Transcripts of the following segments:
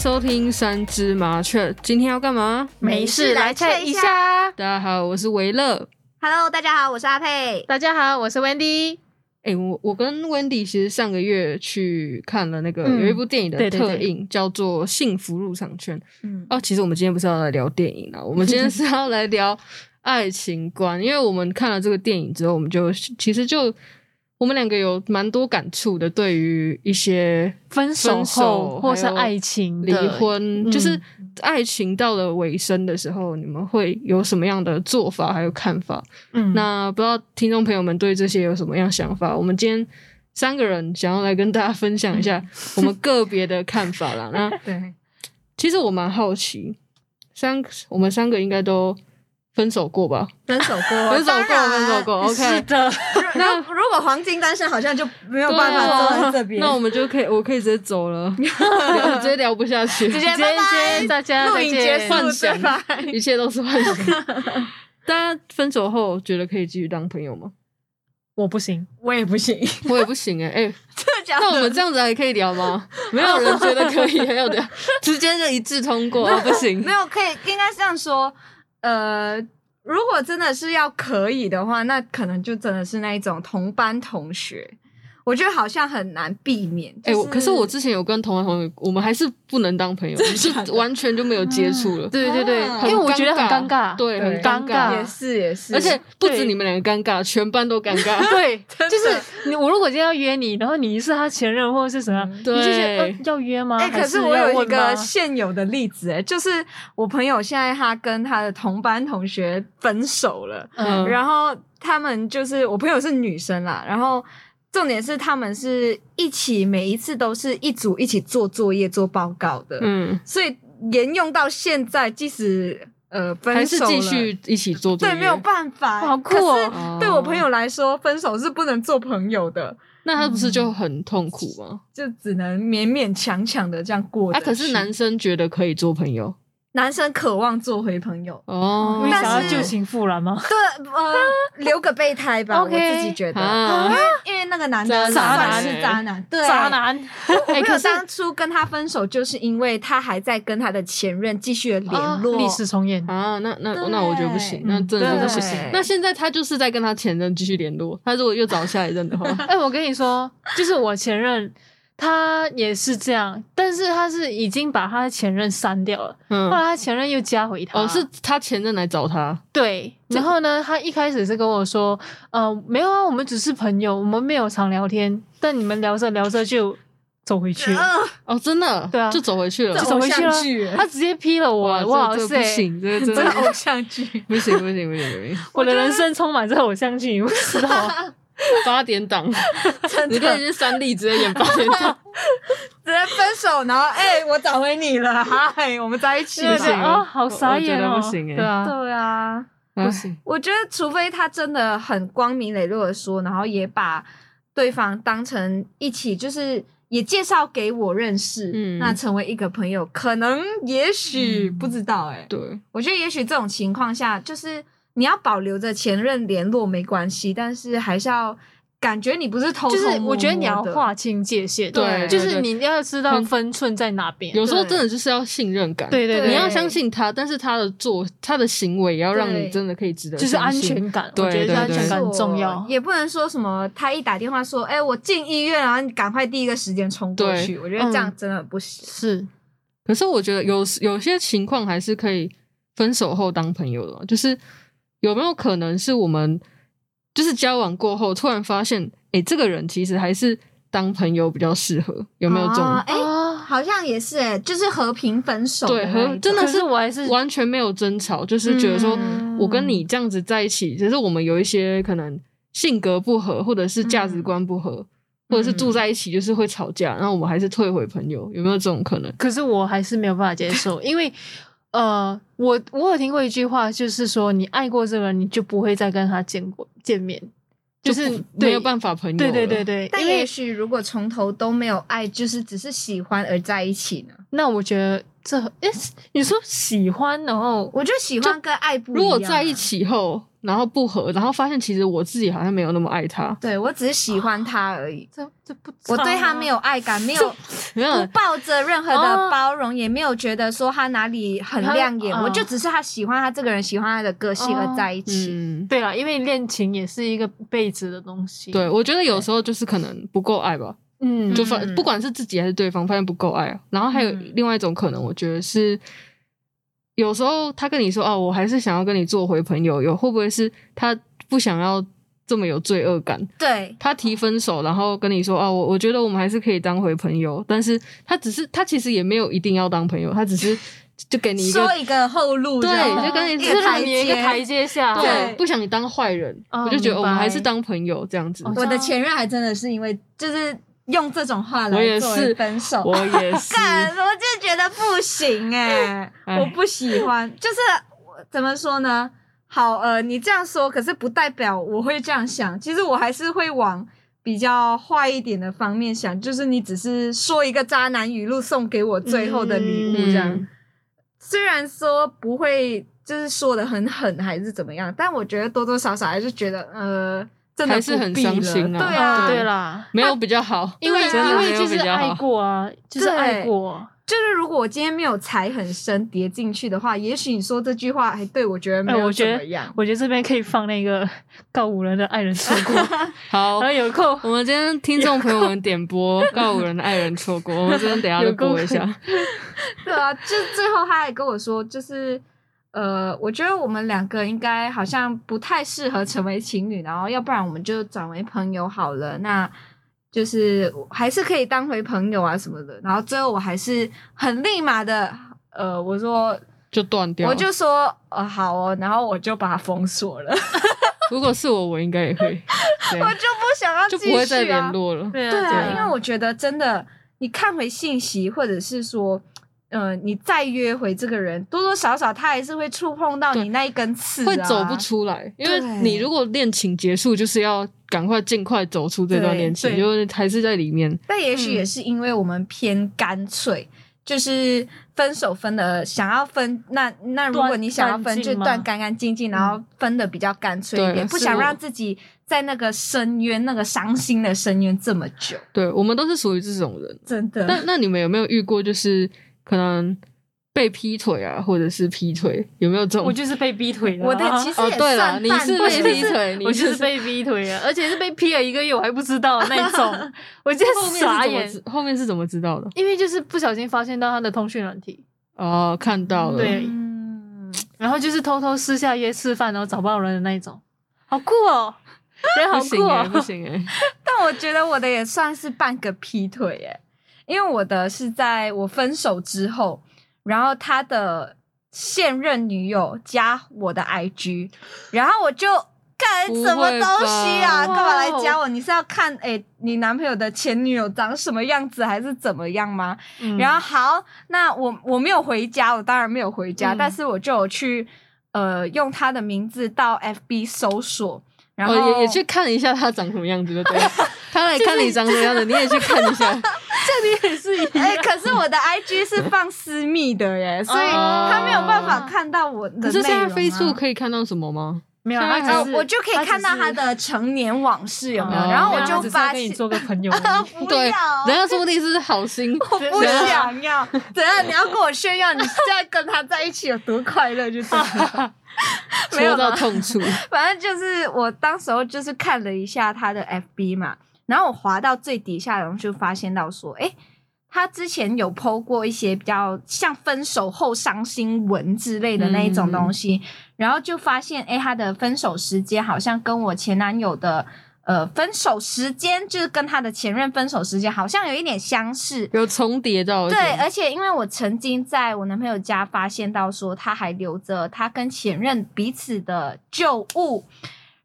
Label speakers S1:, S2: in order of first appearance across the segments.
S1: 收听三只麻雀，今天要干嘛？
S2: 没事来猜一下。
S1: 大家好，我是维乐。
S2: Hello，大家好，我是阿佩。
S3: 大家好，我是 Wendy。
S1: 哎、我我跟 Wendy 其实上个月去看了那个、
S3: 嗯
S1: 有一部电影的
S3: 对对
S1: 特
S3: 对
S1: 映，叫做《幸福入场券》。
S2: 嗯，
S1: 哦，其实我们今天不是要来聊电 影啦，啊我们今天是要来聊爱情观，因为我们看了这个电影之后，我们就其实就我们两个有蛮多感触的，对于一些
S3: 分手
S1: 分手
S3: 后或是
S1: 还有
S3: 爱情
S1: 离
S3: 的
S1: 婚，
S3: 嗯
S1: 就是爱情到了尾声的时候，你们会有什么样的做法还有看法？
S3: 嗯
S1: 那不知道听众朋友们对这些有什么样想法？我们今天三个人想要来跟大家分享一
S3: 嗯
S1: 下 我们个别的看法 啦。那
S2: 对，
S1: 其实我蛮好奇，三我们三个应该都分手过吧？
S2: 分手过，
S1: 分手过，
S2: 哦当然啊
S1: 分手。 过。
S3: 是
S1: OK，
S3: 的，
S2: 那如果黄金单身，好像就没有
S1: 对
S2: 办法坐在
S1: 啊
S2: 这边。
S1: 那我们就可以，我可以直接走 了，聊直接聊不下去，
S2: 直接
S3: 今天
S2: 拜拜
S3: 大家
S2: 录
S3: 再
S2: 影
S3: 见
S2: 结束，
S1: 幻想
S2: 对吧？
S1: 一切都是幻想。 大家分手后觉得可以继续当朋友吗？
S3: 我不行，
S2: 我也不行，
S1: 我也不行哎、哎、
S2: 这讲
S1: 那我们这样子还可以聊吗？没有人觉得可以，没有的，直接就一致通过，啊、不行
S2: 没。有可以，应该这样说。呃，如果真的是要可以的话，那可能就真的是那一种同班同学，我觉得好像很难避免。
S1: 哎、
S2: 就
S1: 我可是我之前有跟同行同学，我们还是不能当朋友，就完全就没有接触了。
S3: 对对对，
S2: 啊
S3: 因为我觉得很尴尬，
S1: 对，
S2: 对
S1: 很尴
S3: 尴尬
S2: 也是也是，
S1: 啊而且不止
S3: 对
S1: 你们两个尴尬，全班都尴尬。
S3: 对，
S2: 真的
S3: 就是你我如果今天要约你，然后你是他前任或者是什么样，
S2: 嗯
S3: 你就觉得
S1: 对
S3: 呃要约吗？
S1: 啊
S2: 哎、
S3: 还
S2: 可
S3: 是
S2: 是我有
S3: 要
S2: 一
S3: 问吗
S2: 个现有的例子、哎，就是我朋友现在他跟他的同班同学分手了，
S1: 嗯
S2: 然后他们就是我朋友是女生啦，然后重点是他们是一起每一次都是一组一起做作业做报告的，
S1: 嗯，
S2: 所以沿用到现在，即使呃
S1: 还
S2: 分
S1: 是
S2: 手了
S1: 继续一起做作
S2: 对
S1: 业。
S2: 没有办法，
S3: 好酷哦
S2: 可是对我朋友来说，分手是不能做朋友的。
S1: 那他不是就很痛苦吗？
S2: 就只能勉勉强强的这样过着
S1: 啊，
S2: 去。
S1: 可是男生觉得可以做朋友
S2: 男生渴望做回朋友，
S1: 哦
S3: 你，
S2: 但
S3: 想
S2: 是
S3: 要旧情复燃吗？
S2: 对，呃，留个备胎吧，我
S3: OK
S2: 自己觉得，
S1: 啊
S2: 因为因为那个男的
S1: 渣欸
S2: 算
S3: 男
S2: 是渣男，对，
S3: 渣。男，
S2: 我
S1: 哎
S2: 朋
S1: 可
S2: 友
S1: 是
S2: 当初跟他分手，就是因为他还在跟他的前任继续的联络，
S3: 历史重演，
S1: 啊，那那
S2: 对
S1: 那我觉得不行，那真的
S3: 嗯
S1: 真的
S3: 对
S1: 不行。那现在他就是在跟他前任继续联络，他如果又找下一任的话，
S3: 哎、我跟你说，就是我前任，他也是这样，但是他是已经把他的前任删掉了，后
S1: 嗯，
S3: 来他前任又加回他。
S1: 哦，是他前任来找他，
S3: 对。然后呢，他一开始是跟我说，呃，没有啊，我们只是朋友，我们没有常聊天，但你们聊着聊着就走回去了，
S2: 呃
S1: 哦，真的，
S3: 对啊
S1: 就走回去了
S3: 就。走回去
S2: 偶
S3: 了
S2: 像剧。
S3: 他直接劈了我，哇
S1: 这这
S3: 塞
S1: 不！行，这这
S2: 真的
S1: 这
S2: 偶像 剧，
S1: 不行不行不行不行，
S3: 我的人生充满着偶像剧，你不知道 吗？
S1: 八点 档，
S2: 真
S1: 你
S2: 的
S1: 看人家三立直接演八点档，
S2: 直接分手，然后哎、我找回你了，嗨，我们在一起
S1: 不
S3: 就觉得
S1: 行哦
S2: 吧。
S3: 啊，好傻眼
S1: 我我觉
S3: 哦！
S1: 得不行哎
S3: 对啊，
S2: 对啊，
S1: 不行，
S2: 我觉得，除非他真的很光明磊落的说，然后也把对方当成一起，就是也介绍给我认识，
S1: 嗯
S2: 那成为一个朋友，可能也许、
S3: 嗯
S2: 不知道哎、
S1: 对，
S2: 我觉得也许这种情况下，就是你要保留着前任联络没关系，但是还是要感觉你不是偷偷
S3: 就是我觉得你要
S2: 摸摸的
S3: 划清界限，
S1: 对
S3: 就
S1: 对
S3: 是你要知道分寸在哪边。
S1: 有时候真的就是要信任感，啊
S3: 对对对，
S1: 你要相信他，但是他的做他的行为也要让你
S2: 对
S1: 真的可以值得
S3: 就是
S1: 相
S3: 安
S1: 信
S3: 全感，
S1: 对
S3: 我觉
S1: 对
S3: 得安
S1: 对
S3: 全感很重
S2: 没
S3: 要
S2: 错。也不能说什么他一打电话说，哎、我进医院，然后你赶快第一个时间冲过
S1: 对
S2: 去，我觉得这样真的不行。
S3: 是，
S1: 可是我觉得有有些情况还是可以分手后当朋友的嘛，就是有没有可能是我们就是交往过后突然发现，诶，这个人其实还是当朋友比较适合，有没有这种？
S2: 啊哎、
S3: 啊，
S2: 好像也是哎、就是和平分手的
S1: 对，
S2: 那一
S1: 和
S2: 种，
S1: 哎真的
S3: 可是我还是
S1: 完全没有争吵，就是觉得说
S2: 嗯
S1: 我跟你这样子在一起，只是我们有一些可能性格不合，或者是价值观不
S3: 嗯
S1: 合，或者是住在一起就是会吵架，然后我们还是退回朋友，有没有这种可能？
S3: 可是我还是没有办法接 受，因为呃，我我有听过一句话，就是说你爱过这个人，你就不会再跟他见过见面，就是
S1: 不
S3: 对
S1: 没有办法朋友，
S3: 对对对。对，
S2: 但
S3: 因为
S2: 也许如果从头都没有爱，就是只是喜欢而在一起呢？
S3: 那我觉得这诶，你说喜欢，然后
S2: 我觉得喜欢跟爱不一样啊、
S1: 如果在一起后然后不合，然后发现其实我自己好像没有那么爱 他，
S2: 对我只是喜欢他而已，
S3: 这这不，
S2: 我对他没有爱感，没有
S1: 没有
S2: 不抱着任何的
S3: 哦
S2: 包容，也没有觉得说他哪里很亮眼，
S3: 他
S1: 嗯
S2: 我就只是他喜欢他这个人，喜欢他的个性而在一起。
S1: 哦嗯，
S3: 对啦，因为恋情也是一个辈子的东西。
S1: 对，，我觉得有时候就是可能不够爱吧，
S3: 嗯，
S1: 就
S2: 嗯
S1: 发不管是自己还是对方，发现不够爱啊。然后还有
S2: 嗯
S1: 另外一种可能，我觉得是有时候他跟你说哦，我还是想要跟你做回朋友，有会不会是他不想要这么有罪恶感？
S2: 对，
S1: 他提分手，然后跟你说哦，我我觉得我们还是可以当回朋友，但是他只是他其实也没有一定要当朋友，他只是就给你一个
S2: 说一个后路这样，
S1: 对就跟你
S2: 一
S3: 是
S2: 个
S3: 让
S2: 台
S3: 你一个台
S2: 阶。
S3: 阶下，
S1: 对
S2: 对
S1: 不想你当坏人，
S3: 哦
S1: 我就觉得
S3: 明白
S1: 哦我们还是当朋友这样子。
S3: 哦
S2: 我的前任还真的是因为就是用这种话
S1: 我也
S2: 来作为
S1: 是
S2: 分手，
S1: 我也是，
S2: 干，我就觉得不行哎、
S1: 哎
S2: 我不喜欢，就是我怎么说呢？好，呃，你这样说，可是不代表我会这样想。其实我还是会往比较坏一点的方面想，就是你只是说一个渣男语录送给我最后的礼物
S3: 嗯
S2: 这样。虽然说不会就是说的很狠还是怎么样，但我觉得多多少少还是觉得呃，真的
S1: 还是很
S2: 不必了
S1: 伤心啊
S2: 对
S3: 啊，
S2: 啊，
S3: 对啦，
S1: 没有比较好，
S3: 因为
S2: 对啊
S3: 因为就
S1: 没有
S3: 是
S1: 比较好
S3: 爱过啊，就是
S2: 对
S3: 爱过，啊
S2: 就是如果我今天没有踩很深跌进去的话，也许你说这句话，哎，对我觉得没
S3: 哎
S2: 有
S3: 我
S2: 怎
S3: 觉得
S2: 么样。
S3: 我觉得这边可以放那个告五人的爱人错过，
S1: 好
S3: 然后。有空
S1: 我们今天听众朋友们点播告五人的爱人错过，我们这边等一下再播一
S3: 有
S1: 下。
S2: 对啊，就是最后他还跟我说，就是呃，我觉得我们两个应该好像不太适合成为情侣，然后要不然我们就转为朋友好了。那就是还是可以当回朋友啊什么的。然后最后我还是很立马的，呃，我说
S1: 就断掉了。
S2: 我就说呃好哦，然后我就把他封锁了，
S1: 如果是我，我应该也会，对
S2: 我就不想 要
S1: 就
S2: 继
S1: 不
S2: 续
S1: 会
S2: 啊。
S1: 再联络了。
S3: 对啊
S2: 对
S3: 对
S2: 啊，
S3: 啊，
S2: 因为我觉得真的，你看回信息，或者是说，呃，你再约回这个人，多多少少他还是会触碰到
S1: 对
S2: 你那一根刺、啊，
S1: 会走不。出来，因为
S2: 对
S1: 你如果恋情结束，就是要赶快尽快走出这段
S2: 对
S1: 恋情，
S3: 对
S1: 就是还是在里面。
S2: 但也
S1: 嗯
S2: 许也是因为我们偏干脆。就是分手分的，想要分那那如果
S3: 断
S2: 你想要
S3: 干
S2: 分，
S3: 净
S2: 就
S3: 吗
S2: 断干干净净，然后分的比较干脆一
S1: 嗯
S2: 点，
S1: 对
S2: 不
S1: 是
S2: 想
S1: 我
S2: 让自己在那个深渊、那个伤心的深渊这么久，
S1: 对我们都是属于这种人。
S2: 真的。
S1: 那那你们有没有遇过，就是可能被劈腿啊，或者是劈腿，有没有这种？
S3: 我就是被逼腿的啊，
S2: 我的其实
S1: 哦
S2: 也，
S1: 对了，
S2: 算
S1: 你
S2: 半
S1: 是
S2: 我
S1: 被
S2: 就是
S1: 劈腿，你
S3: 我就是
S1: 是
S3: 被逼腿啊，而且是被劈了一个月，我还不知道那 种，我就
S1: 后面是
S3: 傻
S1: 怎么
S3: 眼，
S1: 知后面是怎么知道的？
S3: 因为就是不小心发现到他的通讯软体，
S1: 哦，看到了，
S3: 对
S2: 嗯
S3: 然后就是偷偷私下约吃饭，然后找不到人的那一种，好酷哦，人好
S1: 不
S3: 酷
S1: 行
S2: 欸
S1: 哎、不
S3: 哦，
S1: 行哎、
S2: 但我觉得我的也算是半个劈腿耶，因为我的是在我分手之后，然后他的现任女友加我的 IG，然后我就干
S1: 不会
S2: 什么东西啊？
S3: 吧
S2: 干嘛来加我？你是要看诶、你男朋友的前女友长什么样子，还是怎么样吗？
S3: 嗯
S2: 然后好，那我我没有回家，我当然没有回家，
S3: 嗯
S2: 但是我就有去呃用他的名字到 FB 搜索。然后、
S1: 哦，也也去看一下他长什么样子就 对了。他来看你长什么样子，你也去看一下。
S3: 这里也是一样
S2: 哎、可是我的 IG 是放私密的耶，
S3: 哦
S2: 所以他没有办法看到我的、内
S1: 可是现在
S2: 容啊
S1: Facebook 可以看到什么吗？
S3: 没有，啊
S1: 现在
S3: 他
S1: 还
S2: 哦
S3: 只是，
S2: 我就可以看到他。的成年往事有没有，
S1: 哦
S2: 然后我
S3: 他
S2: 就
S3: 只是
S2: 发
S3: 跟你
S2: 现，
S3: 做个 朋友而
S2: 啊
S3: 已，
S2: 不
S1: 对，
S2: 要，
S1: 人家说不定是好 心。
S2: 我不
S1: 人家
S2: 想要。等下你要跟我炫耀你现在跟他在一起有多快乐，就这样。没有
S1: 戳到
S2: 啦
S1: 痛处，
S2: 反正就是我当时候就是看了一下他的 FB 嘛，然后我滑到最底下，然后就发现到说，诶，他之前有 PO 过一些比较像分手后伤心文之类的那一种东西，然后就发现，诶，他的分手时间好像跟我前男友的。呃，分手时间就是跟他的前任分手时间好像有一点相似，
S1: 有重叠到一
S2: 对，
S1: 点。
S2: 而且因为我曾经在我男朋友家发现到说，他还留着他跟前任彼此的旧物，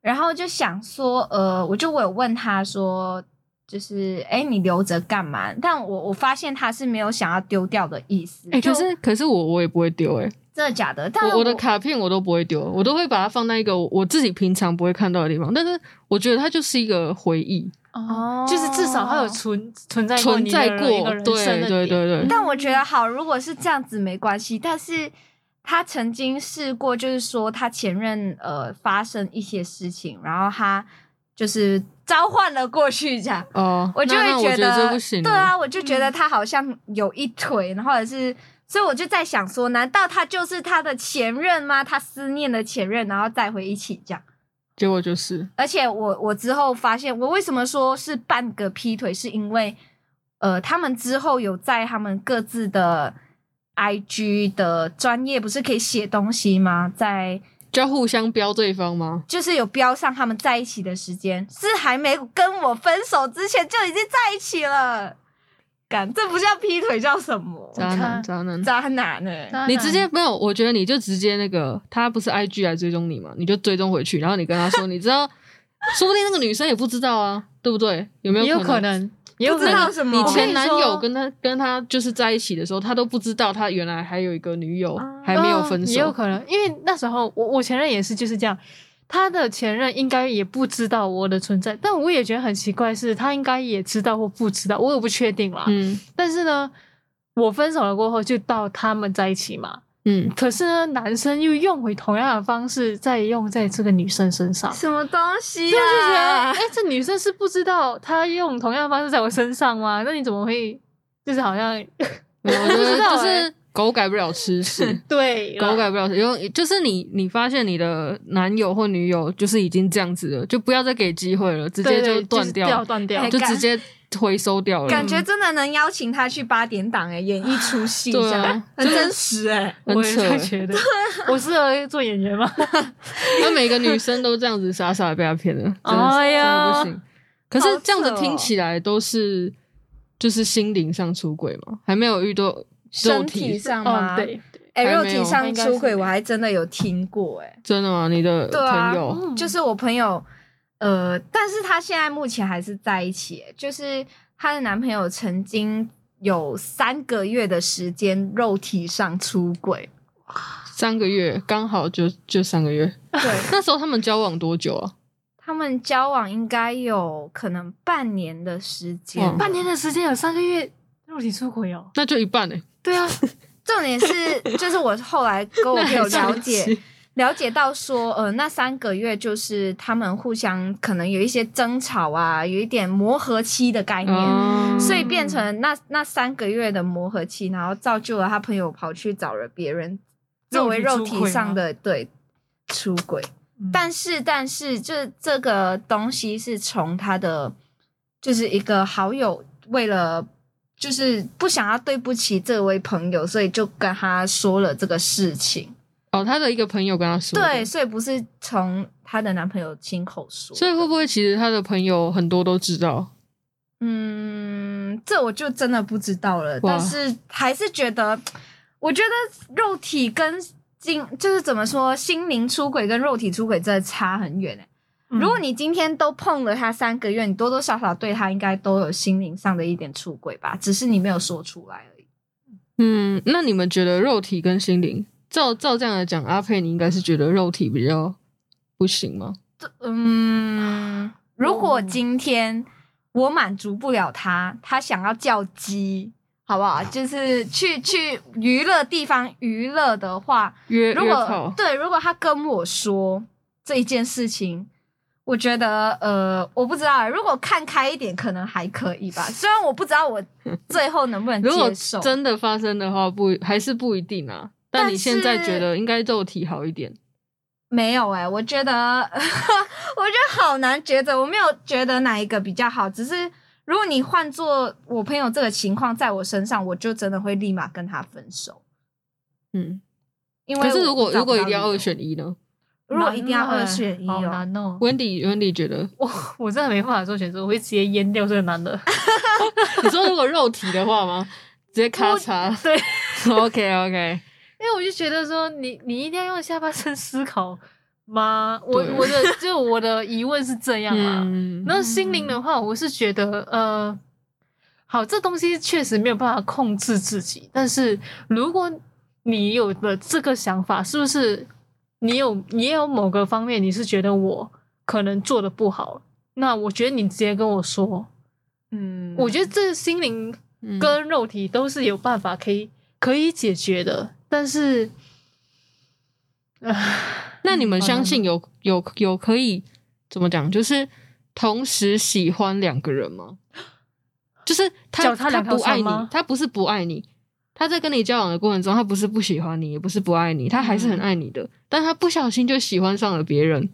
S2: 然后就想说，呃，我就我有问他说，就是哎，诶你留着干嘛？但我我发现他是没有想要丢掉的意思。
S1: 哎、
S2: 就
S1: 可是可是我我也不会丢哎、
S2: 真的假的？但
S1: 我我的卡片我都不会丢，我都会把它放在一个我我自己平常不会看到的地方。但是我觉得它就是一个回忆，
S3: 哦，就是至少他有存存在过
S1: 存
S3: 你的
S1: 在
S3: 人
S1: 过
S3: 一个人生
S1: 对
S3: 的
S1: 对对
S3: 点
S1: 对
S2: 但我觉得好，如果是这样子没关系，但是他曾经试过，就是说他前任呃发生一些事情，然后他就是召唤了过去，这样。
S1: 哦，
S2: 我就
S1: 那
S2: 会
S1: 那我
S2: 觉
S1: 觉这
S2: 得，
S1: 不行，哦嗯
S2: 对啊，，我就觉得他好像有一腿，然后或者是，所以我就在想说，难道他就是他的前任吗？他思念的前任，然后再回一起这样。
S1: 结果就是
S2: 而且我我之后发现，我为什么说是半个劈腿，是因为呃，他们之后有在他们各自的 IG 的专业不是可以写东西吗？在
S1: 就要互相标对方吗？
S2: 就是有标上他们在一起的时间，是还没跟我分手之前就已经在一起了。干，这不叫劈腿，叫什么？
S1: 渣
S3: 看
S1: 男，渣男。
S2: 渣男呢、欸？
S1: 你直接没有，我觉得你就直接那个，他不是 IG 来追踪你嘛，你就追踪回去，然后你跟他说，你知道，说不定那个女生也不知道啊，对不对？有没
S3: 也有
S1: 有
S3: 可
S1: 能？
S3: 能，也有
S2: 不知
S3: 可
S2: 道
S3: 能
S2: 什么？
S1: 你
S2: 嗯我跟
S1: 前
S2: 你
S1: 男
S2: 说
S1: 友跟他跟他就是在一起的时候，他都不知道他原来还有一个女友
S2: 啊
S1: 还没有分
S3: 嗯也有
S1: 手，
S3: 可能，因为那时候我我前任也是就是这样，他的前任应该也不知道我的存在，但我也觉得很奇怪是，他应该也知道或不知道，我也不确定啦。
S1: 嗯
S3: 但是呢，我分手了过后就到他们在一起嘛，
S1: 嗯，
S3: 可是呢，男生又用回同样的方式再用在这个女生身上。
S2: 什么东西
S3: 所以我就觉得，
S2: 啊
S3: 哎、？这女生是不知道她用同样的方式在我身上吗？那你怎么会就是好像
S1: 没有我觉
S3: 不
S1: 得
S3: 知道
S1: 就
S3: 欸，
S1: 是狗改不了吃屎
S3: 对啦
S1: 狗改不了吃，因为就是你你发现你的男友或女友就是已经这样子了，就不要再给机会了，直接
S3: 对对
S1: 断
S3: 是掉断掉
S2: 哎，
S1: 就
S2: 干
S1: 直接回收掉了，嗯
S2: 感觉真的能邀请他去八点档哎、演一出戏这
S1: 对
S2: 样，
S1: 啊，
S2: 很真实 哎、
S1: 很
S3: 我也
S1: 扯
S3: 在
S1: 欸
S3: 觉得，我适合做演 员吗？
S1: 那每个女生都这样子傻傻地被他骗了，真的是
S3: 哎呀
S1: 真的不行。可是这样子
S2: 好扯哦
S1: 听起来都是就是心灵上出轨嘛，还没有遇到肉
S2: 身体
S1: 体，
S2: 上吗？
S3: 哦，，对，
S2: 哎、
S1: 还
S2: 肉
S1: 没
S2: 体
S1: 有
S2: 上
S3: 应该
S2: 出
S3: 是
S2: 轨我还真的有听过哎、
S1: 真的吗？你的
S2: 对啊
S1: 朋友，
S3: 嗯
S2: 就是我朋友，呃，但是她现在目前还是在一起欸，就是她的男朋友曾经有三个月的时间肉体上出轨，
S1: 三个月刚好就就三个月，
S2: 对
S1: 那时候他们交往多久啊？
S2: 他们交往应该有可能半年的时间
S1: 哇，
S3: 半年的时间有三个月肉体出轨哦，
S1: 那就一半欸呢、
S3: 对啊，
S2: 重点是，就是我后来跟 我
S1: 那
S2: 朋
S1: 还
S2: 友
S1: 算
S2: 了解，
S1: 是
S2: 了解到说，呃，那三个月就是他们互相可能有一些争吵啊，有一点磨合期的概念，
S1: 哦
S3: 嗯
S2: 所以变成那那三个月的磨合期，然后造就了他朋友跑去找了别人作为肉
S3: 肉体出轨
S2: 体上的对出轨。
S3: 嗯
S2: 但是，但是这这个东西是从他的就是一个好友为了。就是不想要对不起这位朋友，所以就跟他说了这个事情。
S1: 哦，他的一个朋友跟他说，
S2: 对，，所以不是从她的男朋友亲口说，
S1: 所以会不会其实他的朋友很多都知道？
S2: 嗯，这我就真的不知道了。
S1: 哇
S2: 但是还是觉得，我觉得肉体跟心就是怎么说，心灵出轨跟肉体出轨真的差很远、欸
S1: 嗯
S3: 嗯
S2: 如果你今天都碰了他三个月，你多多少少对他应该都有心灵上的一点出轨吧，只是你没有说出来而已。
S1: 嗯，那你们觉得肉体跟心灵，照照这样来讲，阿佩你应该是觉得肉体比较不行吗？
S2: 嗯，如果今天我满足不了他，他想要叫鸡，好不
S1: 啊
S2: 好？就是去去娱乐地方娱乐的话，
S1: 约
S2: 如
S1: 约
S2: 果
S1: 炮
S2: 对，如果他跟我说这一件事情。我觉得，呃，我不知道欸，如果看开一点，可能还可以 吧。虽然我不知道我最后能不能
S1: 如果
S2: 接受，
S1: 真的发生的话，不还是不一定啊。但
S2: 但
S1: 你现在
S2: 是
S1: 觉得应该肉体好一点，
S2: 没有哎、我觉得 我觉得好难抉择，我没有觉得哪一个比较好，只是如果你换做我朋友这个情况在我身上，我就真的会立马跟他分手，
S1: 嗯。
S2: 因为
S1: 可是如果
S2: 我找
S1: 如
S2: 不到
S1: 果一定要
S2: 理由
S1: 二，选一呢
S2: 如果一定要二选一
S3: 好
S2: 哦，
S3: 难哦，
S1: ？Wendy Wendy 觉得，
S3: 我我真的没办法做选择，我会直接阉掉这个男 的。
S1: 你说如果肉体的话吗？直接咔嚓。
S3: 对，
S1: OK OK，
S3: 因为我就觉得说你你一定要用下半身思考吗？我
S1: 对
S3: 我的就我的疑问是这样啊，
S1: 嗯，
S3: 那心灵的话，我是觉得，呃，好，这东西确实没有办法控制自己，但是如果你有了这个想法，是不是你有你也有某个方面你是觉得我可能做的不好？那我觉得你直接跟我说，
S2: 嗯，
S3: 我觉得这心灵
S1: 嗯
S3: 跟肉体都是有办法可以可以解决的，但是
S1: 那你们
S3: 好
S1: 相
S3: 难
S1: 信有有有可以怎么讲？就是同时喜欢两个人吗？就是他
S3: 脚踏
S1: 他
S3: 两条
S1: 不爱
S3: 船
S1: 你
S3: 吗，
S1: 他不是不爱你，他在跟你交往的过程中，他不是不喜欢你，也不是不爱你，他还是很
S3: 嗯
S1: 爱你的，但他不小心就喜欢上了别人。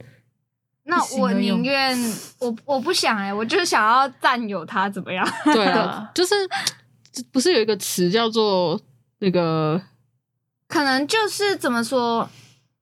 S2: 那
S3: 不行
S2: 我
S3: 而已哦
S2: 宁愿我我不想哎、我就是想要占有他怎么样？
S1: 对
S3: 对
S1: 啊
S3: 啊，
S1: 就是不是有一个词叫做那个
S2: 可能就是怎么说，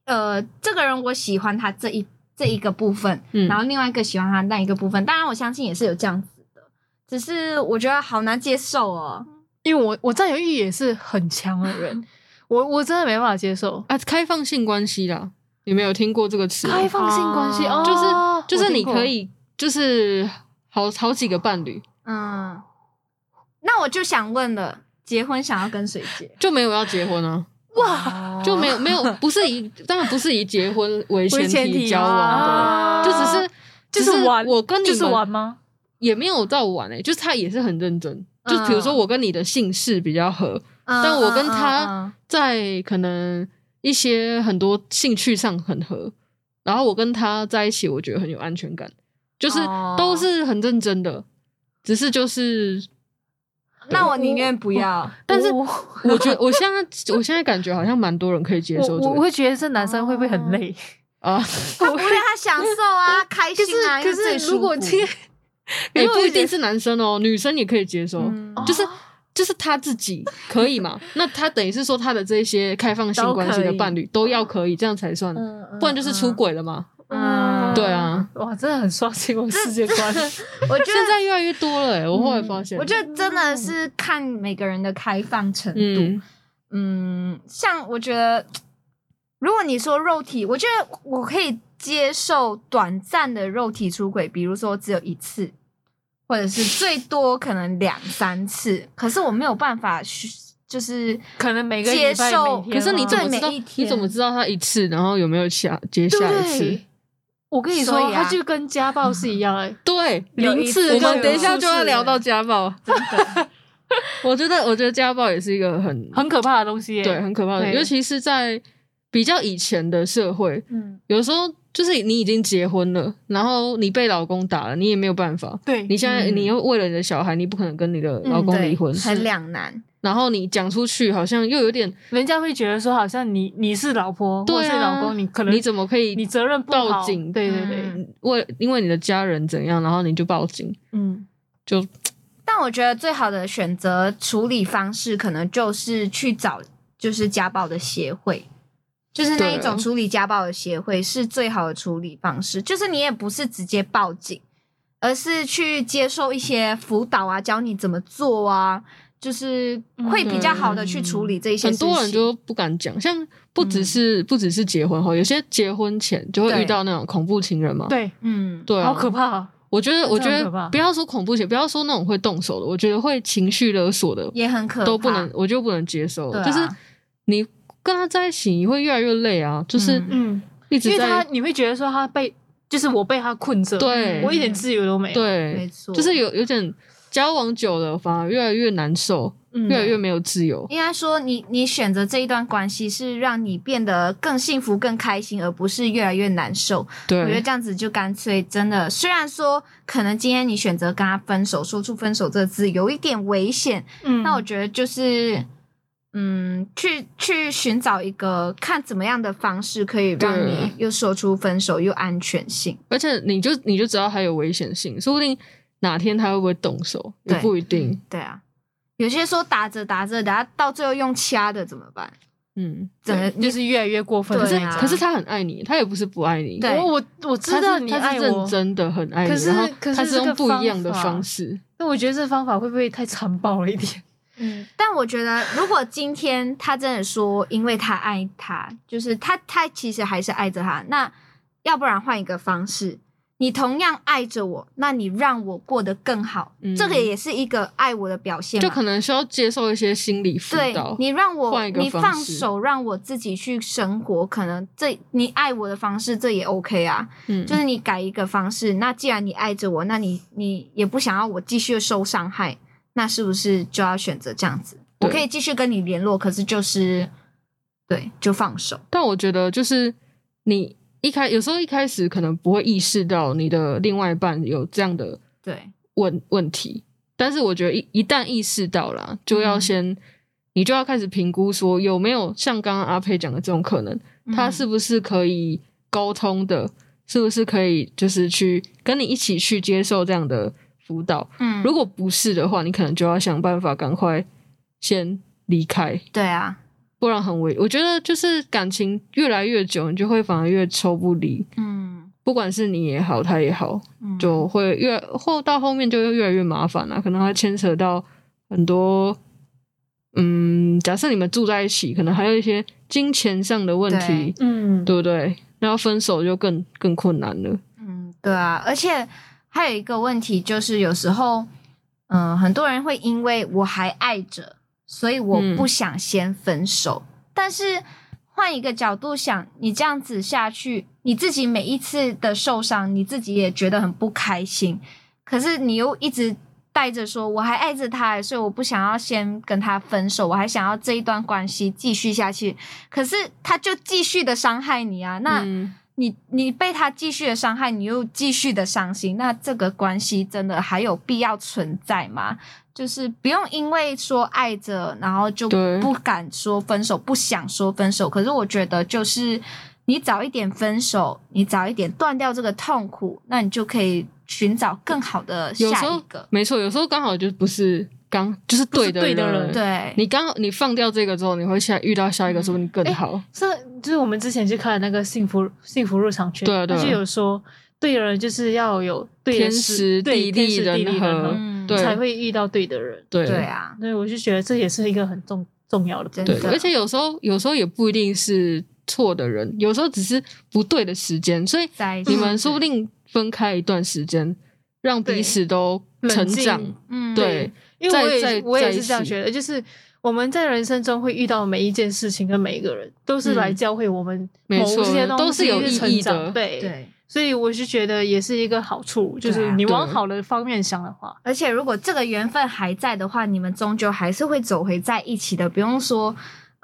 S2: 呃，这个人我喜欢他这一这一个部分，
S1: 嗯
S2: 然后另外一个喜欢他那一个部分。当然，我相信也是有这样子的，只是我觉得好难接受哦。
S3: 因为我我占有欲也是很强的人，我我真的没办法接受
S1: 啊，开放性关系啦，你们有听过这个词吗？
S3: 开放性关系，
S2: 哦
S3: 哦，
S1: 就是
S3: 我
S1: 就是
S3: 听
S1: 你
S3: 过
S1: 可以就是好好几个伴侣，
S2: 嗯，那我就想问了，结婚想要跟谁结？
S1: 就没有要结婚啊，
S3: 哇，
S1: 就没有没有不是以当然不是以结婚为
S3: 为前
S1: 提
S3: 提
S1: 交往
S3: 啊
S1: 的，就只是
S3: 就
S1: 只
S3: 是玩，
S1: 我跟你
S3: 就是
S1: 们
S3: 玩吗？
S1: 也没有到玩诶、就是他也是很认真。就比如说
S2: 嗯
S1: 我跟你的姓氏比较合，
S2: 嗯
S1: 但我
S2: 嗯
S1: 跟
S2: 嗯
S1: 他
S2: 嗯
S1: 在可能一些很多兴趣上很合，然后我跟他在一起，我觉得很有安全感，就是
S2: 哦
S1: 都是很认真的，只是就是，
S2: 那我宁愿不要。
S1: 但是
S3: 我
S1: 我 觉得我现在我现在感觉好像蛮多人可以接
S3: 我
S1: 受这
S3: 我
S1: 个
S3: 会觉得这男生会不会很累？
S1: 啊，
S2: 他不让他享受啊，开
S3: 可
S2: 心啊。
S3: 是
S2: 因为
S3: 可
S2: 最
S3: 是
S2: 舒
S3: 如果
S2: 服
S3: 今天，
S1: 也、
S3: 因为我
S1: 不一
S3: 有点
S1: 定是男生哦，女生也可以接受，
S2: 嗯
S1: 就是就是他自己可以 嘛，那他等于是说他的这些开放性关系的伴侣都要可以，这样才算，
S2: 嗯
S1: 不然就是出。轨了嘛。
S2: 嗯
S1: 对啊，
S3: 哇，真的很刷新我世界观。
S2: 嗯嗯我觉
S1: 现
S2: 得，
S1: 在越来越多了、欸，我后来发现，
S2: 我觉得真的是看每个人的开放程度。
S1: 嗯，
S2: 嗯，像我觉得，如果你说肉体，我觉得我可以接受短暂的肉体出轨，比如说只有一次，或者是最多可能两三次。可是我没有办法去，就是
S3: 可能每个礼
S2: 接
S3: 拜
S2: 受
S3: 每天
S1: 可是你
S3: 吗
S1: 怎么
S2: 对
S1: 知道
S2: 每一？天
S1: 你怎么知道他一次，然后有没有下接下一次？
S3: 对，我跟你
S2: 所
S3: 说，
S2: 以啊
S3: 他就跟家暴是一样欸的。
S1: 对，
S3: 有
S1: 零
S3: 一
S1: 次。
S3: 次
S1: 我们
S3: 就
S1: 等一下
S3: 有
S1: 就要
S3: 出事
S1: 聊
S3: 了
S1: 到家暴。
S2: 真的
S1: 我觉得，我觉得家暴也是一个很
S3: 很可怕的东西耶。欸
S1: 对，很可怕的，
S3: 对
S1: 尤其是在比较以前的社会，
S3: 嗯，
S1: 有时候就是你已经结婚了，然后你被老公打了，你也没有办法。
S3: 对，
S1: 你现在，
S2: 嗯
S1: 你又为了你的小孩，你不可能跟你的老公
S2: 嗯对
S1: 离婚，
S2: 很两难。
S1: 然后你讲出去，好像又有点，
S3: 人家会觉得说，好像你你是老婆，
S1: 对
S3: 或是
S1: 啊
S3: 老公，你可能
S1: 你怎么可以
S3: 你责任不好
S1: 报警？
S3: 对对对，
S2: 嗯
S1: 为因为你的家人怎样，然后你就报警，
S3: 嗯，
S1: 就
S2: 但我觉得最好的选择处理方式，可能就是去找就是家暴的协会，就是那一
S1: 对啊
S2: 种处理家暴的协会是最好的处理方式。就是你也不是直接报警，而是去接受一些辅导啊，教你怎么做啊，就是会比较好的去处理这
S1: 嗯
S2: 些
S1: 很
S2: 事情。
S1: 多人就不敢讲。像不只
S2: 嗯
S1: 是、不只是结婚后，有些结婚前就会遇
S2: 对
S1: 到那种恐怖情人嘛。
S3: 对，
S2: 嗯，
S1: 哦对、啊，
S3: 好可怕啊。
S1: 我觉得，
S3: 真的
S1: 我觉
S3: 很
S1: 得
S3: 可怕
S1: 不要说恐怖情，不要说那种会动手的，我觉得会情绪勒索的
S2: 也很可怕，
S1: 都不
S3: 啊
S1: 能，我就不能接受。
S2: 对啊
S1: 就是你跟他在一起，你会越来越累啊，就是
S2: 嗯
S3: 嗯，
S1: 一
S3: 因
S1: 直
S3: 为他
S1: 在、
S3: 你会觉得说他被，就是我被他困着，
S1: 对
S3: 我一点自由都没
S2: 嗯
S3: 有。，
S2: 没
S1: 对，
S2: 错，
S1: 就是有有点交往久了，反而越来越难受，
S3: 嗯
S1: 越来越没有自由。
S2: 应该说你，你选择这一段关系是让你变得更幸福、更开心，而不是越来越难受。我觉得
S1: 对，
S2: 这样子就干脆真的，虽然说可能今天你选择跟他分手，说出分手这个字有一点危险，
S3: 嗯，
S2: 那我觉得就是，嗯，去去寻找一个看怎么样的方式可以让
S1: 对
S2: 你又说出分手又安全性。
S1: 而且你就你就知道他有危险性，说不定哪天他会不会动手也
S2: 对
S1: 不一定。
S2: 对啊，有些说打着打着，等下到最后用掐的怎么办？
S1: 嗯，
S2: 整个
S3: 就是越来越过分的
S2: 对
S3: 那
S2: 啊
S3: 种。
S1: 可是他很爱你，他也不是不爱你，
S2: 对
S3: 我我我知
S1: 他
S3: 道
S1: 是
S3: 你
S1: 他
S3: 爱
S1: 是
S3: 我
S1: 认，真的很爱
S3: 可
S1: 你，
S3: 是
S1: 然后
S3: 可是
S1: 他是
S3: 这
S1: 用
S3: 个
S1: 不一样的
S3: 方法
S1: 方式。
S3: 那我觉得这方法会不会太残暴了一点？
S2: 嗯，但我觉得，如果今天他真的说，因为他爱他，就是他，他其实还是爱着他。那要不然换一个方式，你同样爱着我，那你让我过得更好，
S1: 嗯
S2: 这个也是一个爱我的表现嘛。
S1: 就可能需要接受一些心理辅
S2: 对
S1: 导。
S2: 你让我，
S1: 换一个
S2: 你
S1: 方
S2: 放
S1: 式
S2: 手让我自己去生活，可能这你爱我的方式，这也 OK 啊。
S1: 嗯，
S2: 就是你改一个方式，那既然你爱着我，那你你也不想要我继续受伤害，那是不是就要选择这样子？
S1: 对
S2: 我可以继续跟你联络，可是就是对，就放手。
S1: 但我觉得就是你一开有时候一开始可能不会意识到你的另外一半有这样的
S2: 对，
S1: 问问题，但是我觉得一一旦意识到了，就
S2: 嗯
S1: 要先、你就要开始评估说有没有像刚刚阿佩讲的这种可能，他
S2: 嗯
S1: 是不是可以沟通的，是不是可以就是去跟你一起去接受这样的辅导。
S2: 嗯，
S1: 如果不是的话，你可能就要想办法赶快先离开，
S2: 对啊，
S1: 不然很危。我觉得就是感情越来越久，你就会反而越抽不离，
S2: 嗯
S1: 不管是你也好，他也好，
S2: 嗯，
S1: 就会越后到后面就会越来越麻烦了、啊可能还牵扯到很多。嗯，假设你们住在一起，可能还有一些金钱上的问题，
S3: 嗯，
S1: 对不对？那要分手就更更困难了。
S2: 嗯，对啊，而且还有一个问题就是，有时候，嗯、很多人会因为我还爱着，所以我
S1: 嗯
S2: 不想先分手。但是换一个角度想，你这样子下去，你自己每一次的受伤，你自己也觉得很不开心。可是你又一直带着说我还爱着他，欸所以我不想要先跟他分手，我还想要这一段关系继续下去。可是他就继续的伤害你啊，那。
S1: 嗯
S2: 你你被他继续的伤害，你又继续的伤心，那这个关系真的还有必要存在吗？就是不用因为说爱着，然后就
S1: 对
S2: 不敢说分手，不想说分手。可是我觉得，就是你早一点分手，你早一点断掉这个痛苦，那你就可以寻找更好的
S1: 有
S2: 下
S1: 时
S2: 一
S1: 候
S2: 个。
S1: 没错，有时候刚好就不是刚就是对的
S3: 不是对的人
S2: 对，
S1: 你刚好你放掉这个之后，你会下遇到下一个，
S2: 嗯
S1: 说不定更好。
S3: 这就是我们之前去看那个《幸福幸福入场券》，
S1: 对啊对啊
S3: 他就有说，对的人就是要有对的
S1: 天
S3: 事
S1: 时地
S3: 对天时
S1: 利人
S3: 地利
S1: 和
S3: 人
S2: 嗯，
S1: 对
S3: 才会遇到对的人。
S1: 对
S2: 对啊，
S3: 所以我就觉得这也是一个很重重要的部分。
S1: 对
S2: 真的
S1: 而且有时候有时候也不一定是错的人，有时候只是不对的时间，所以
S2: 在一起
S1: 你们说不定分开一段时间，让彼此都成
S3: 冷静
S1: 长。
S2: 嗯
S1: 对，
S3: 因为我
S1: 在
S3: 也
S1: 在
S3: 我也
S1: 在一
S3: 是
S1: 起
S3: 这样觉得，就是我们在人生中会遇到每一件事情跟每一个人，都是来
S1: 嗯
S3: 教会我们
S1: 没
S3: 某
S1: 错
S3: 些东西
S1: 都是有
S3: 去
S1: 意义
S3: 成长
S1: 的
S3: 对，
S2: 对。
S3: 所以我是觉得也是一个好处，就
S2: 对
S3: 是
S2: 啊
S3: 你往
S1: 对
S3: 好的方面想的话，
S2: 而且如果这个缘分还在的话，你们终究还是会走回在一起的，不用说。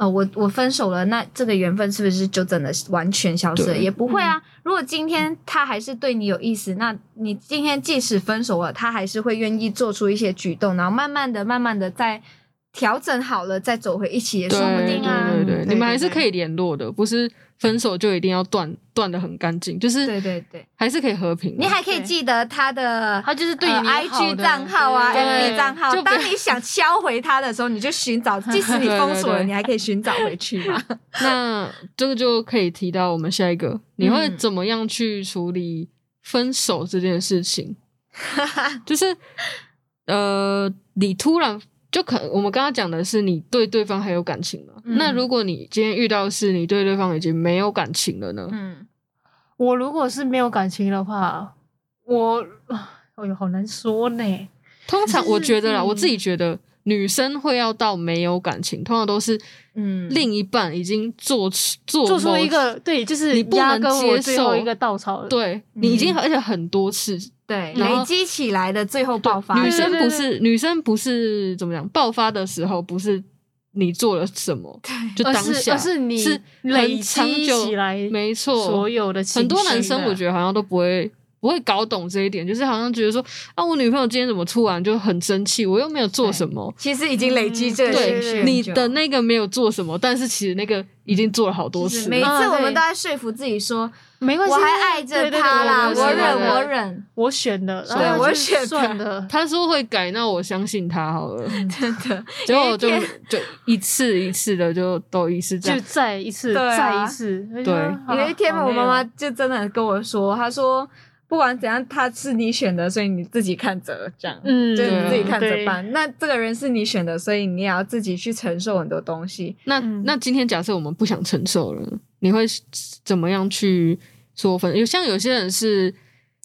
S2: 呃，我我分手了，那这个缘分是不是就真的完全消失了？
S1: 对
S2: 也不会啊。如果今天他还是对你有意思，那你今天即使分手了，他还是会愿意做出一些举动，然后慢慢的、慢慢的再调整好了，再走回一起也
S1: 对
S2: 说不定啊。
S1: 对对
S3: 嗯
S1: 对，你们还
S3: 对
S1: 是
S3: 对
S1: 可以联络的，不是分手就一定要断断的很干净，就是
S2: 对对对
S1: 还是可以和平啊的。
S2: 你还可以
S3: 对
S2: 记得他的
S3: 他就是对
S2: 呃
S3: 你好的
S2: IG 账号啊、
S3: 对
S2: FB
S1: 对
S2: 账号
S1: 就，不
S2: 当
S1: 要
S2: 你想敲回他的时候，你就寻找，即使你封
S1: 对
S2: 锁
S1: 对
S2: 了，
S1: 对
S2: 你还可以寻找回去嘛。
S1: 那这个就可以提到我们下一个，你会
S2: 嗯
S1: 怎么样去处理分手这件事 情？就是呃，你突然就可，我们刚刚讲的是你对对方还有感情了。
S2: 嗯
S1: 那如果你今天遇到的是你对对方已经没有感情了呢？
S2: 嗯，
S3: 我如果是没有感情的话，我，哎呦，好难说呢。
S1: 通常我觉得啦，
S3: 嗯
S1: 我自己觉得女生会要到没有感情，通常都是
S2: 嗯
S1: 另一半已经做出做
S3: 做出
S1: 某
S3: 一个对，就是
S1: 你不
S3: 压
S1: 能
S3: 根我
S1: 接
S3: 最后
S1: 受
S3: 一个稻草了。
S1: 对你已经
S2: 嗯
S1: 而且很多次
S2: 对，
S1: 然后
S2: 累积起来的最后爆发，
S1: 女
S3: 对
S1: 生不是女生不是怎么讲？爆发的时候不是你做了什么，就
S3: 而
S1: 当
S3: 是
S1: 下
S3: 而是你
S1: 是
S3: 累
S1: 很长
S3: 积
S1: 久
S3: 起来
S1: 没错，
S3: 所有的情
S1: 很
S3: 绪
S1: 多男生
S3: 的
S1: 我觉得好像都不会不会搞懂这一点，就是好像觉得说啊，我女朋友今天怎么突然就很生气，我又没有做什么。
S2: 其实已经累积这个情
S1: 对
S2: 绪
S3: 嗯
S2: 很久。
S1: 你的那个没有做什么，但是其实那个已经做了好多
S2: 就是
S1: 次
S2: 每一
S1: 了。
S2: 次
S3: 啊
S2: 我们
S3: 对
S2: 都在说服自己说，
S3: 没关系，
S2: 我还爱着
S3: 对对
S2: 他啦，
S3: 对对
S2: 我
S1: 我喜
S3: 对
S2: 忍，
S1: 欢
S2: 我
S1: 他
S2: 忍，
S3: 我选的，
S1: 对
S3: 然后
S1: 我
S3: 就
S2: 选的
S3: 算 的，
S1: 他说会改，那我相信他好了。
S2: 真的，
S1: 结果就
S2: 因为
S1: 就一次一次的就都一次这
S3: 就
S1: 样，
S3: 再一次，
S2: 对啊
S3: 再一次。我就
S1: 对
S3: 说好
S2: 有一天
S3: 好
S2: 我
S3: 累哦
S2: 妈妈就真的跟我说，她说不管怎样，他是你选的，所以你自己看着这样，
S3: 嗯
S2: 就是
S1: 对
S2: 你
S1: 啊
S2: 自己看着
S3: 对
S2: 办。那这个人是你选的，所以你也要自己去承受很多东西。
S1: 那、
S3: 嗯
S1: 那今天假设我们不想承受了，你会怎么样去说分？有像有些人是，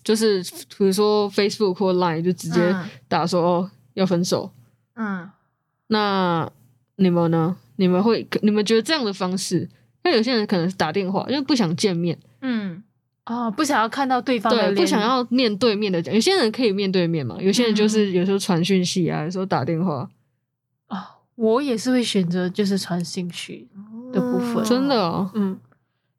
S1: 就是比如说 Facebook 或 Line 就直接
S2: 嗯
S1: 打说、哦要分手，
S2: 嗯，
S1: 那你们呢？你们会你们觉得这样的方式？那有些人可能是打电话，因为不想见面，
S2: 嗯，
S3: 啊，不想要看到对方的
S1: 对，
S3: 脸，
S1: 不想要面对面的讲。有些人可以面对面嘛，有些人就是有时候传讯息啊，有时候打电话。
S3: 啊。我也是会选择就是传信息，的部分。
S2: 嗯
S1: 真的哦。
S3: 嗯，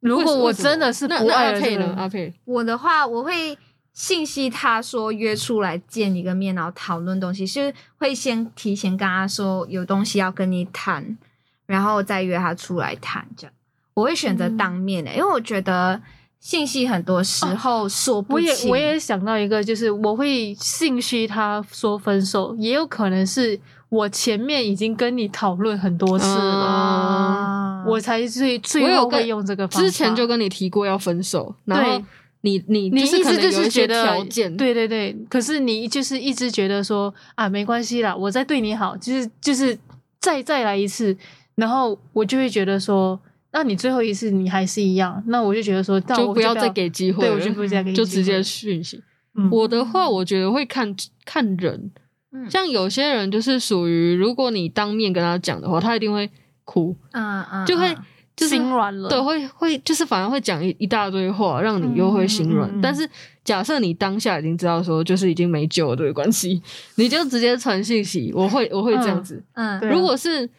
S3: 如果我
S1: 为什么
S3: 真的是
S1: 那
S3: 不
S1: 那
S3: 爱
S1: 阿
S3: 了
S1: 佩
S3: 这
S1: 呢？
S3: 个，
S1: 阿佩
S2: 我的话，我会信息他说约出来见一个面，然后讨论东西，是会先提前跟他说有东西要跟你谈，然后再约他出来谈这样。我会选
S3: 嗯
S2: 择当面的、因为我觉得信息很多时候说不
S3: 哦我也
S2: 清。
S3: 我也想到一个，就是我会信息他说分手，也有可能是我前面已经跟你讨论很多次了，
S1: 嗯
S2: 啊，
S3: 呃我才最
S1: 我
S3: 最
S1: 有
S3: 后
S1: 跟
S3: 会用这个方法。
S1: 之前就跟你提过要分手，然后
S3: 对
S1: 你你
S3: 你
S1: 就是
S3: 一
S1: 可
S3: 直
S1: 能
S3: 就
S1: 有
S3: 是
S1: 一些
S3: 觉得
S1: 条件，
S3: 对对对。可是你就是一直觉得说啊，没关系啦，我再对你好，就是就是再再来一次，然后我就会觉得说，那你最后一次你还是一样，那我就觉得说，那我
S1: 就不要
S3: 要
S1: 再给机会
S3: 对
S1: 了，
S3: 我就不会再给你
S1: 就
S3: 机
S1: 直
S3: 会
S1: 接
S3: 了
S1: 讯息。
S3: 嗯
S1: 我的话，我觉得会看看人，
S2: 嗯
S1: 像有些人就是属于，如果你当面跟他讲的话，他一定会哭，
S2: 嗯嗯
S1: 就会就是
S3: 心软了，
S1: 对，会会就是反而会讲一一大堆话，让你又会心软。
S3: 嗯嗯嗯嗯
S1: 但是假设你当下已经知道说，就是已经没救了这个关系，你就直接传信息，我会我会这样子。
S2: 嗯
S3: 对
S2: 嗯
S3: 啊
S1: 如果是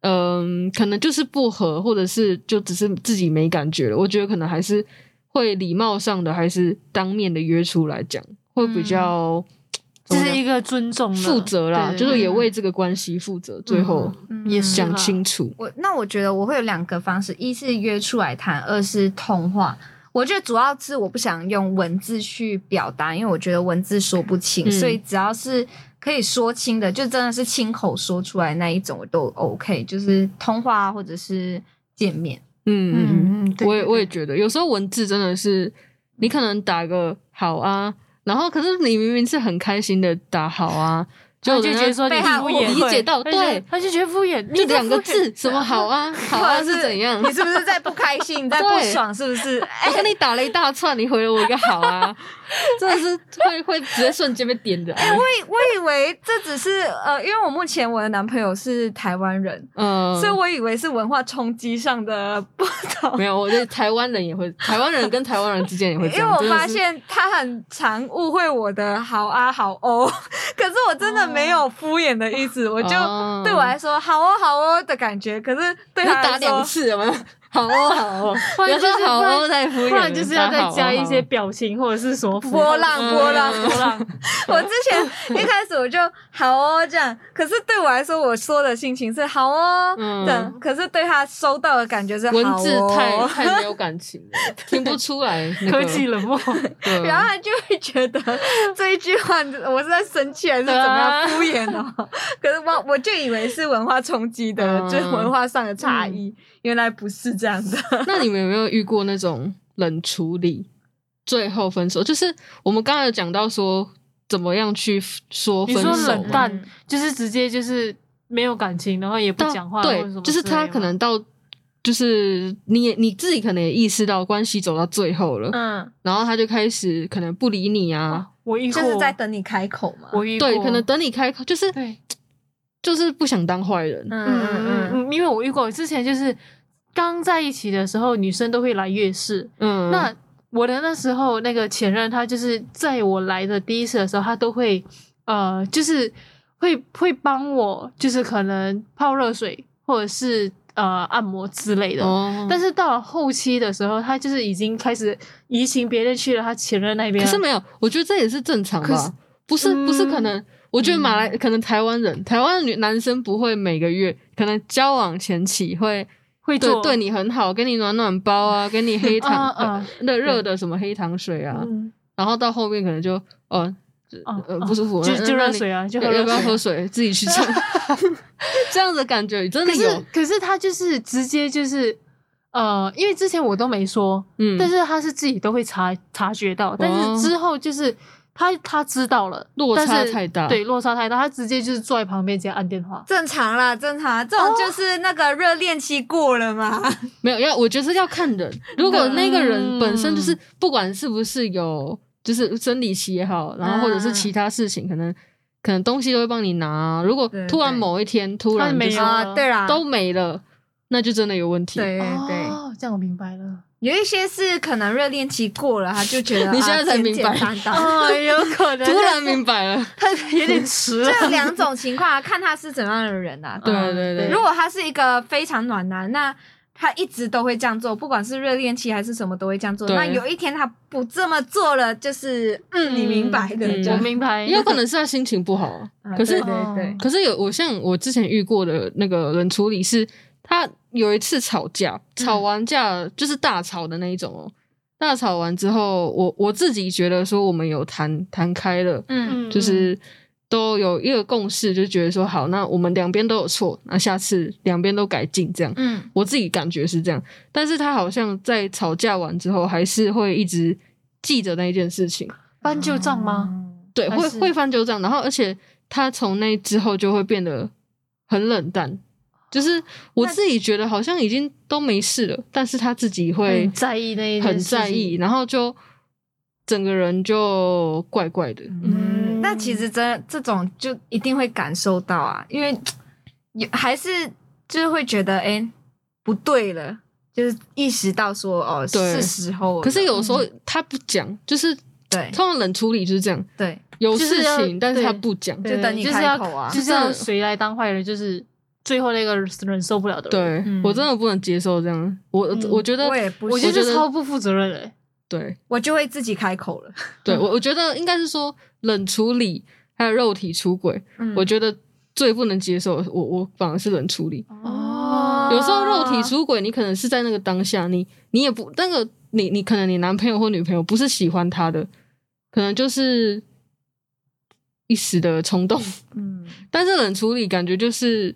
S1: 嗯、可能就是不合，或者是就只是自己没感觉了，我觉得可能还是会礼貌上的，还是当面的约出来讲，会比较。
S3: 嗯这
S1: 怎么
S3: 是
S1: 讲
S3: 一个尊重啦、
S1: 负责啦，
S3: 对
S1: 就是也
S3: 嗯
S1: 为这个关系负责，最后
S2: 嗯
S3: 也是
S1: 讲
S3: 啦
S1: 清楚。
S2: 我那我觉得我会有两个方式，一是约出来谈，二是通话。我觉得主要是我不想用文字去表达，因为我觉得文字说不清，
S1: 嗯
S2: 所以只要是可以说清的，就真的是亲口说出来那一种，我都 OK，就是通话或者是见面。
S1: 嗯嗯嗯，
S3: 嗯嗯，对
S1: 我也
S3: 对
S1: 我也
S3: 对
S1: 觉得，有时候文字真的是，你可能打个好啊，然后可是你明明是很开心的打好啊，
S3: 他就
S1: 人家
S3: 觉得说你
S2: 被他
S3: 敷衍，
S1: 理解到
S3: 他就觉得
S1: 对
S3: 他就觉得敷衍，你
S1: 就
S3: 这
S1: 两个
S3: 敷衍
S1: 字，什么好 啊，好啊是怎样
S2: 你？是不是在不开 心？你在不
S1: 对
S2: 爽？是不是？ 哎
S1: 我跟你打了一大串，你回了我一个好 啊，真的是会会直接瞬间被点燃。
S2: 哎我我以为这只是呃，因为我目前我的男朋友是台湾人，
S1: 嗯，
S2: 所以我以为是文化冲击上的不同。
S1: 没有，我觉得台湾人也会，台湾人跟台湾人之间也会这
S2: 因为
S1: 样。
S2: 我
S1: 真的
S2: 发
S1: 是
S2: 现他很常误会我的好啊好哦， 可是我真的没有敷衍的意思，我就
S1: 哦
S2: 对我来说好哦好哦的感觉，可是对
S1: 就
S2: 他来
S1: 打两
S2: 说，
S1: 次，有没有？好哦，好哦，
S3: 不然
S1: 有时候
S3: 就是
S1: 好
S3: 不然
S1: 哦太敷衍了，
S3: 不然就是要
S1: 打
S3: 再
S1: 好哦
S3: 加一些
S1: 好哦
S3: 表情或者是什么符号
S2: 波浪波 浪
S1: 嗯
S2: 波浪。我之前一开始我就好哦这样，可是对我来说，我说的心情是好哦
S1: 嗯
S2: 这样，可是对他收到的感觉是
S1: 文
S2: 好
S1: 字太
S2: 哦，
S1: 太没有感情 了，听不出来那
S3: 科
S1: 个。
S3: 技冷 漠，
S1: 对啊
S2: 然后他就会觉得
S1: 嗯
S2: 这一句话我是在生气还是怎么
S1: 啊
S2: 样敷衍哦？可是我我就以为是文化冲击的，
S1: 嗯
S2: 就是文化上的差异，原来不是这样的。
S1: 那你们有没有遇过那种冷处理，最后分手？就是我们刚才有讲到说怎么样去说分
S3: 你说
S1: 手啊
S3: 冷
S1: 嘛，
S3: 淡就是直接就是没有感情，然后也不
S1: 到
S3: 讲话，或者什
S1: 对，
S3: 么
S1: 就是
S3: 之类
S1: 他
S3: 的
S1: 可能到。就是你也你自己可能也意识到关系走到最后了，
S2: 嗯，
S1: 然后他就开始可能不理你啊，
S3: 我遇
S2: 就
S3: 过，
S2: 是在等你开口嘛。
S3: 哦我遇过，
S1: 对，可能等你开口，就是
S3: 对，
S1: 就是不想当坏人，
S2: 嗯
S3: 嗯
S2: 嗯
S3: 嗯
S2: 嗯，
S3: 嗯，因为我遇过之前就是刚在一起的时候，女生都会来夜市，
S1: 嗯，
S3: 那我的那时候那个前任，他就是在我来的第一次的时候，他都会呃，就是会会帮我，就是可能泡热水或者是呃按摩之类的。
S1: 哦，
S3: 但是到了后期的时候，他就是已经开始移情别恋去了他前任那边
S1: 可
S3: 了。
S1: 是没有，我觉得这也是正常
S3: 可是
S1: 吧？不是，不是，可
S3: 嗯
S1: 能我觉得马来可能台湾人，台湾的女男生不会每个月，可能交往前期会
S3: 会
S1: 对
S3: 做
S1: 对你很好，给你暖暖包 啊，给你黑糖
S3: 嗯
S1: 呃那热的什么黑糖水啊，
S3: 嗯
S1: 然后到后面可能就哦
S3: 哦
S1: 呃不舒服，
S3: 就
S1: 那
S3: 就
S1: 那
S3: 热
S1: 你
S3: 水啊，就喝
S1: 要
S3: 热
S1: 不要
S3: 水
S1: 喝水？自己去 冲， 这样的感觉真的
S3: 可是
S1: 有，
S3: 可是他就是直接就是呃，因为之前我都没说，
S1: 嗯，
S3: 但是他是自己都会察察觉到，但
S1: 哦
S3: 是之后就是他他知道了，
S1: 落
S3: 但
S1: 差
S3: 是
S1: 太大
S3: 对落差太大，他直接就是坐在旁边直接按电话，
S2: 正常啦，正常啊啦，这种
S1: 哦
S2: 就是那个热恋期过了嘛。
S1: 没有要，我觉得是要看人。如果那个人本身就是
S3: 嗯，
S1: 不管是不是有，就是生理期也好，然后或者是其他事情，可能可能东西都会帮你拿啊。如果
S2: 对
S1: 突然
S2: 对
S1: 某一天突然就
S3: 没
S1: 是
S3: 有
S2: 啊，对啦，
S1: 哎都没了，那就真的有问题。
S2: 对对对，
S3: 哦，这样我明白了，
S2: 有一些是可能热恋期过了，他就觉得
S1: 你现在
S2: 啊
S1: 才明白
S2: 简简 单单
S3: 啊，有可能哎
S1: 突然明白 了，
S3: 他 有点 迟了，
S2: 这 两种情况啊，看他是怎么样的人啊。
S1: 对
S3: 嗯
S1: 对对
S2: 如果他是一个非常暖男，那他一直都会这样做，不管是热恋期还是什么都会这样做。
S1: 对
S2: 那有一天他不这么做了，就是嗯，你明白的，
S1: 嗯
S2: 这
S3: 我
S2: 样
S3: 明白，
S1: 也有可能是他心情不好啊。
S2: 啊
S1: 可是
S2: 对对对，
S1: 可是有我像我之前遇过的那个冷处理是，他有一次吵架，吵完架就是大吵的那一种哦。大吵完之后，我我自己觉得说我们有谈谈开了，
S2: 嗯，
S3: 嗯，
S1: 就是都有一个共识，就觉得说好，那我们两边都有错，那下次两边都改进这样。
S2: 嗯，
S1: 我自己感觉是这样，但是他好像在吵架完之后，还是会一直记着那一件事情，
S3: 翻旧账吗？
S1: 对，
S3: 还
S1: 会
S3: 是
S1: 会翻旧账，然后而且他从那之后就会变得很冷淡，
S3: 啊
S1: 就是我自己觉得好像已经都没事了，但是他自己会
S3: 很在意那一件
S1: 很
S3: 事情
S1: 在意，，然后就整个人就怪怪的，
S2: 嗯
S3: 嗯，
S2: 那其实真这种就一定会感受到啊，因为有还是就是会觉得哎、诶不对了，就是意识到说哦
S1: 对
S2: 是时候了。
S1: 可是有时候
S3: 嗯
S1: 他不讲，就是
S2: 对
S1: 通常冷处理就是这样，
S2: 对
S1: 有
S3: 就
S1: 事
S3: 是要
S1: 情但是
S3: 对
S1: 他不讲，
S3: 对
S2: 就等你
S3: 就是
S2: 开
S3: 要
S2: 口啊
S3: 就是要谁来当坏人，就是最后那个忍受不了的人。
S1: 对
S2: 嗯
S1: 我真的不能接受这样，我
S3: 嗯
S1: 我觉得
S2: 我也不
S3: 我
S2: 我
S3: 觉
S1: 觉
S3: 得
S1: 得
S3: 这超不负责任的、欸。
S1: 对
S2: 我就会自己开口了。
S1: 对，我我觉得应该是说冷处理还有肉体出轨，
S2: 嗯
S1: 我觉得最不能接受的，我我反而是冷处理。
S2: 哦
S1: 有时候肉体出轨，你可能是在那个当下，你你也不那个你你可能你男朋友或女朋友不是喜欢他的，可能就是一时的冲动，
S2: 嗯
S1: 但是冷处理感觉就是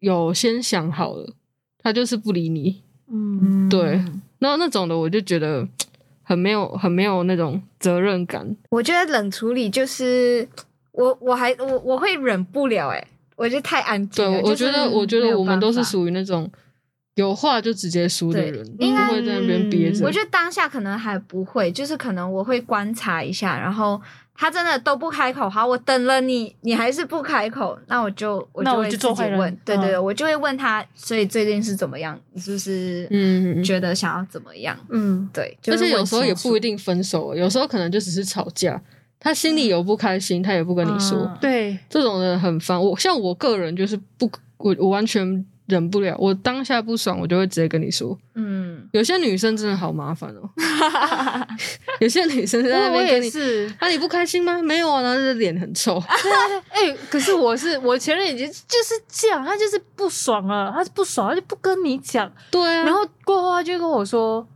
S1: 有先想好了，他就是不理你，
S3: 嗯，
S1: 对那那种的我就觉得很没有很没有那种责任感，
S2: 我觉得冷处理就是我我还我我会忍不了哎、诶我觉得太安静
S1: 对，
S2: 了。
S1: 我我觉得，我觉得我们都是
S2: 属。
S1: 属于那种有话就直接说的
S2: 对
S1: 人，不
S2: 应该嗯
S1: 会在那边憋着。
S2: 我觉得当下可能还不会，就是可能我会观察一下，然后他真的都不开口，好，我等了你，你还是不开口，那我就我
S3: 那
S2: 就
S3: 我
S2: 会
S3: 就
S2: 自
S3: 做
S2: 己
S3: 坏人
S2: 问，对对，
S3: 嗯
S2: 我就会问他，所以最近是怎么样？你是不是
S1: 嗯，嗯嗯
S2: 觉得想要怎么样？
S3: 嗯，
S2: 对，就
S1: 而
S2: 是
S1: 且有
S2: 问
S1: 时候也
S2: 清楚
S1: 不一定分手，哦有时候可能就只是吵架，他心里有不开心，他也不跟你说。
S2: 嗯
S3: 对，
S1: 这种人很烦。我像我个人就是不，我我完全忍不了，我当下不爽，我就会直接跟你说。
S2: 嗯，
S1: 有些女生真的好麻烦 哦，有些女生在那
S3: 我我
S1: 边跟
S3: 也
S1: 你。
S3: 是。
S1: 啊，你不开心吗？没有啊，然后就是脸很臭。
S3: 哎、可是我是我前任已经就是这样，他就是不爽了，他不爽，他就不跟你讲，
S1: 对啊，
S3: 然后过后他就跟我说。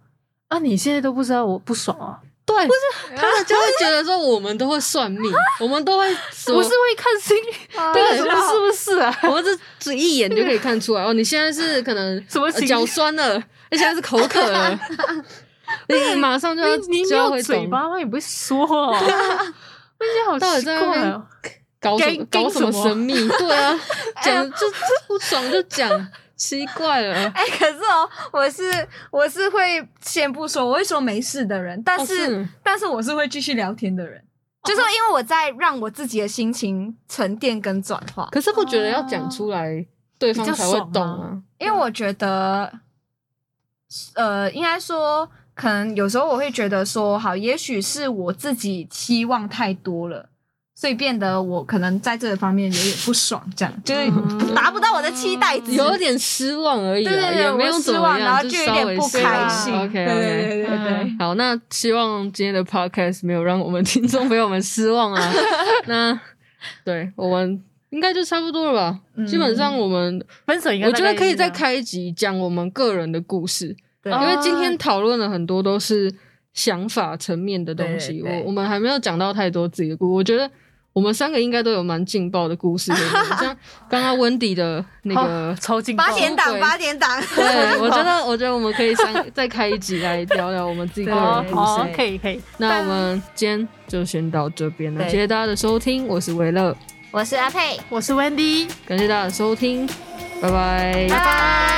S3: 啊！你现在都不知道我不爽啊？
S1: 对，不是他们就会觉得说我们都会算命，我们都会说，哦
S3: 我是会看心理，
S2: 哦
S1: 对哦
S3: 什么是不是啊？
S1: 我们这只一眼就可以看出来哦，你现在是可能
S3: 什么
S1: 呃
S3: 情
S1: 脚酸了，你现在是口渴了，你马上就要
S3: 你你没
S1: 就要
S3: 有
S1: 会
S3: 嘴
S1: 懂
S3: 巴吗？也不会说 啊。我觉得好
S1: 到底
S3: 奇
S1: 在那
S3: 怪
S1: 边
S3: 哦。
S1: 搞什么
S3: 跟
S1: 搞
S3: 跟
S1: 什
S3: 什
S1: 么
S3: 么
S1: 神秘，对啊，讲就就不爽就讲，奇怪了，
S2: 哎、可是哦，我是我是会先不说，我会说没事的人，但
S1: 哦
S2: 是,、
S1: 是哦
S2: 但是我是会继续聊天的人，就是因为我在让我自己的心情沉淀跟转化。
S1: 可是不觉得要讲出来，对方才会
S3: 比较
S1: 懂
S3: 爽
S1: 啊，
S2: 因为我觉得，呃，应该说，可能有时候我会觉得说，好，也许是我自己期望太多了，所以变得我可能在这个方面有点不爽，这样就是
S3: 嗯
S2: 达不到我的期待值。
S1: 啊有点失望而已啊，
S2: 对对对
S1: 也没有
S2: 我
S1: 怎
S2: 失
S1: 么
S2: 望，然
S1: 样，
S2: 后
S1: 就
S2: 就是有
S1: 稍
S2: 点
S1: 微
S2: 不
S1: 失
S2: 开
S1: 望
S2: 心。
S1: OK
S2: 对
S1: OK
S2: 对。对对对
S3: 嗯，
S1: 好，那希望今天的 podcast 没有让我们听众朋友们失望 啊。那对我们应该就差不多了吧？
S2: 嗯
S1: 基本上我们
S3: 分手应该
S1: 我觉得
S3: 大概
S1: 可以
S3: 是这
S1: 再
S3: 样
S1: 开一集讲我们个人的故事，
S2: 对
S1: 因
S3: 哦
S1: 为今天讨论了很多都是想法层面的东西，
S2: 对对对
S1: 我我们还没有讲到太多自己的故事。我觉得。我们三个应该都有蛮劲爆的故事可以 讲，像刚刚温迪的那个
S3: 好超劲爆
S2: 八点
S1: 出轨
S2: 档，八点档。
S1: 对，我觉得，我觉得我们可以三再开一集来聊聊我们自己个人的
S3: 哦
S1: 故事。
S3: 好，可以可以，
S1: 那我们今天就先到这边了，
S2: 对
S1: 谢谢大家的收听，我是维乐，
S2: 我是阿佩，
S3: 我是 Wendy。
S1: 感谢大家的收听，拜拜
S2: 拜拜。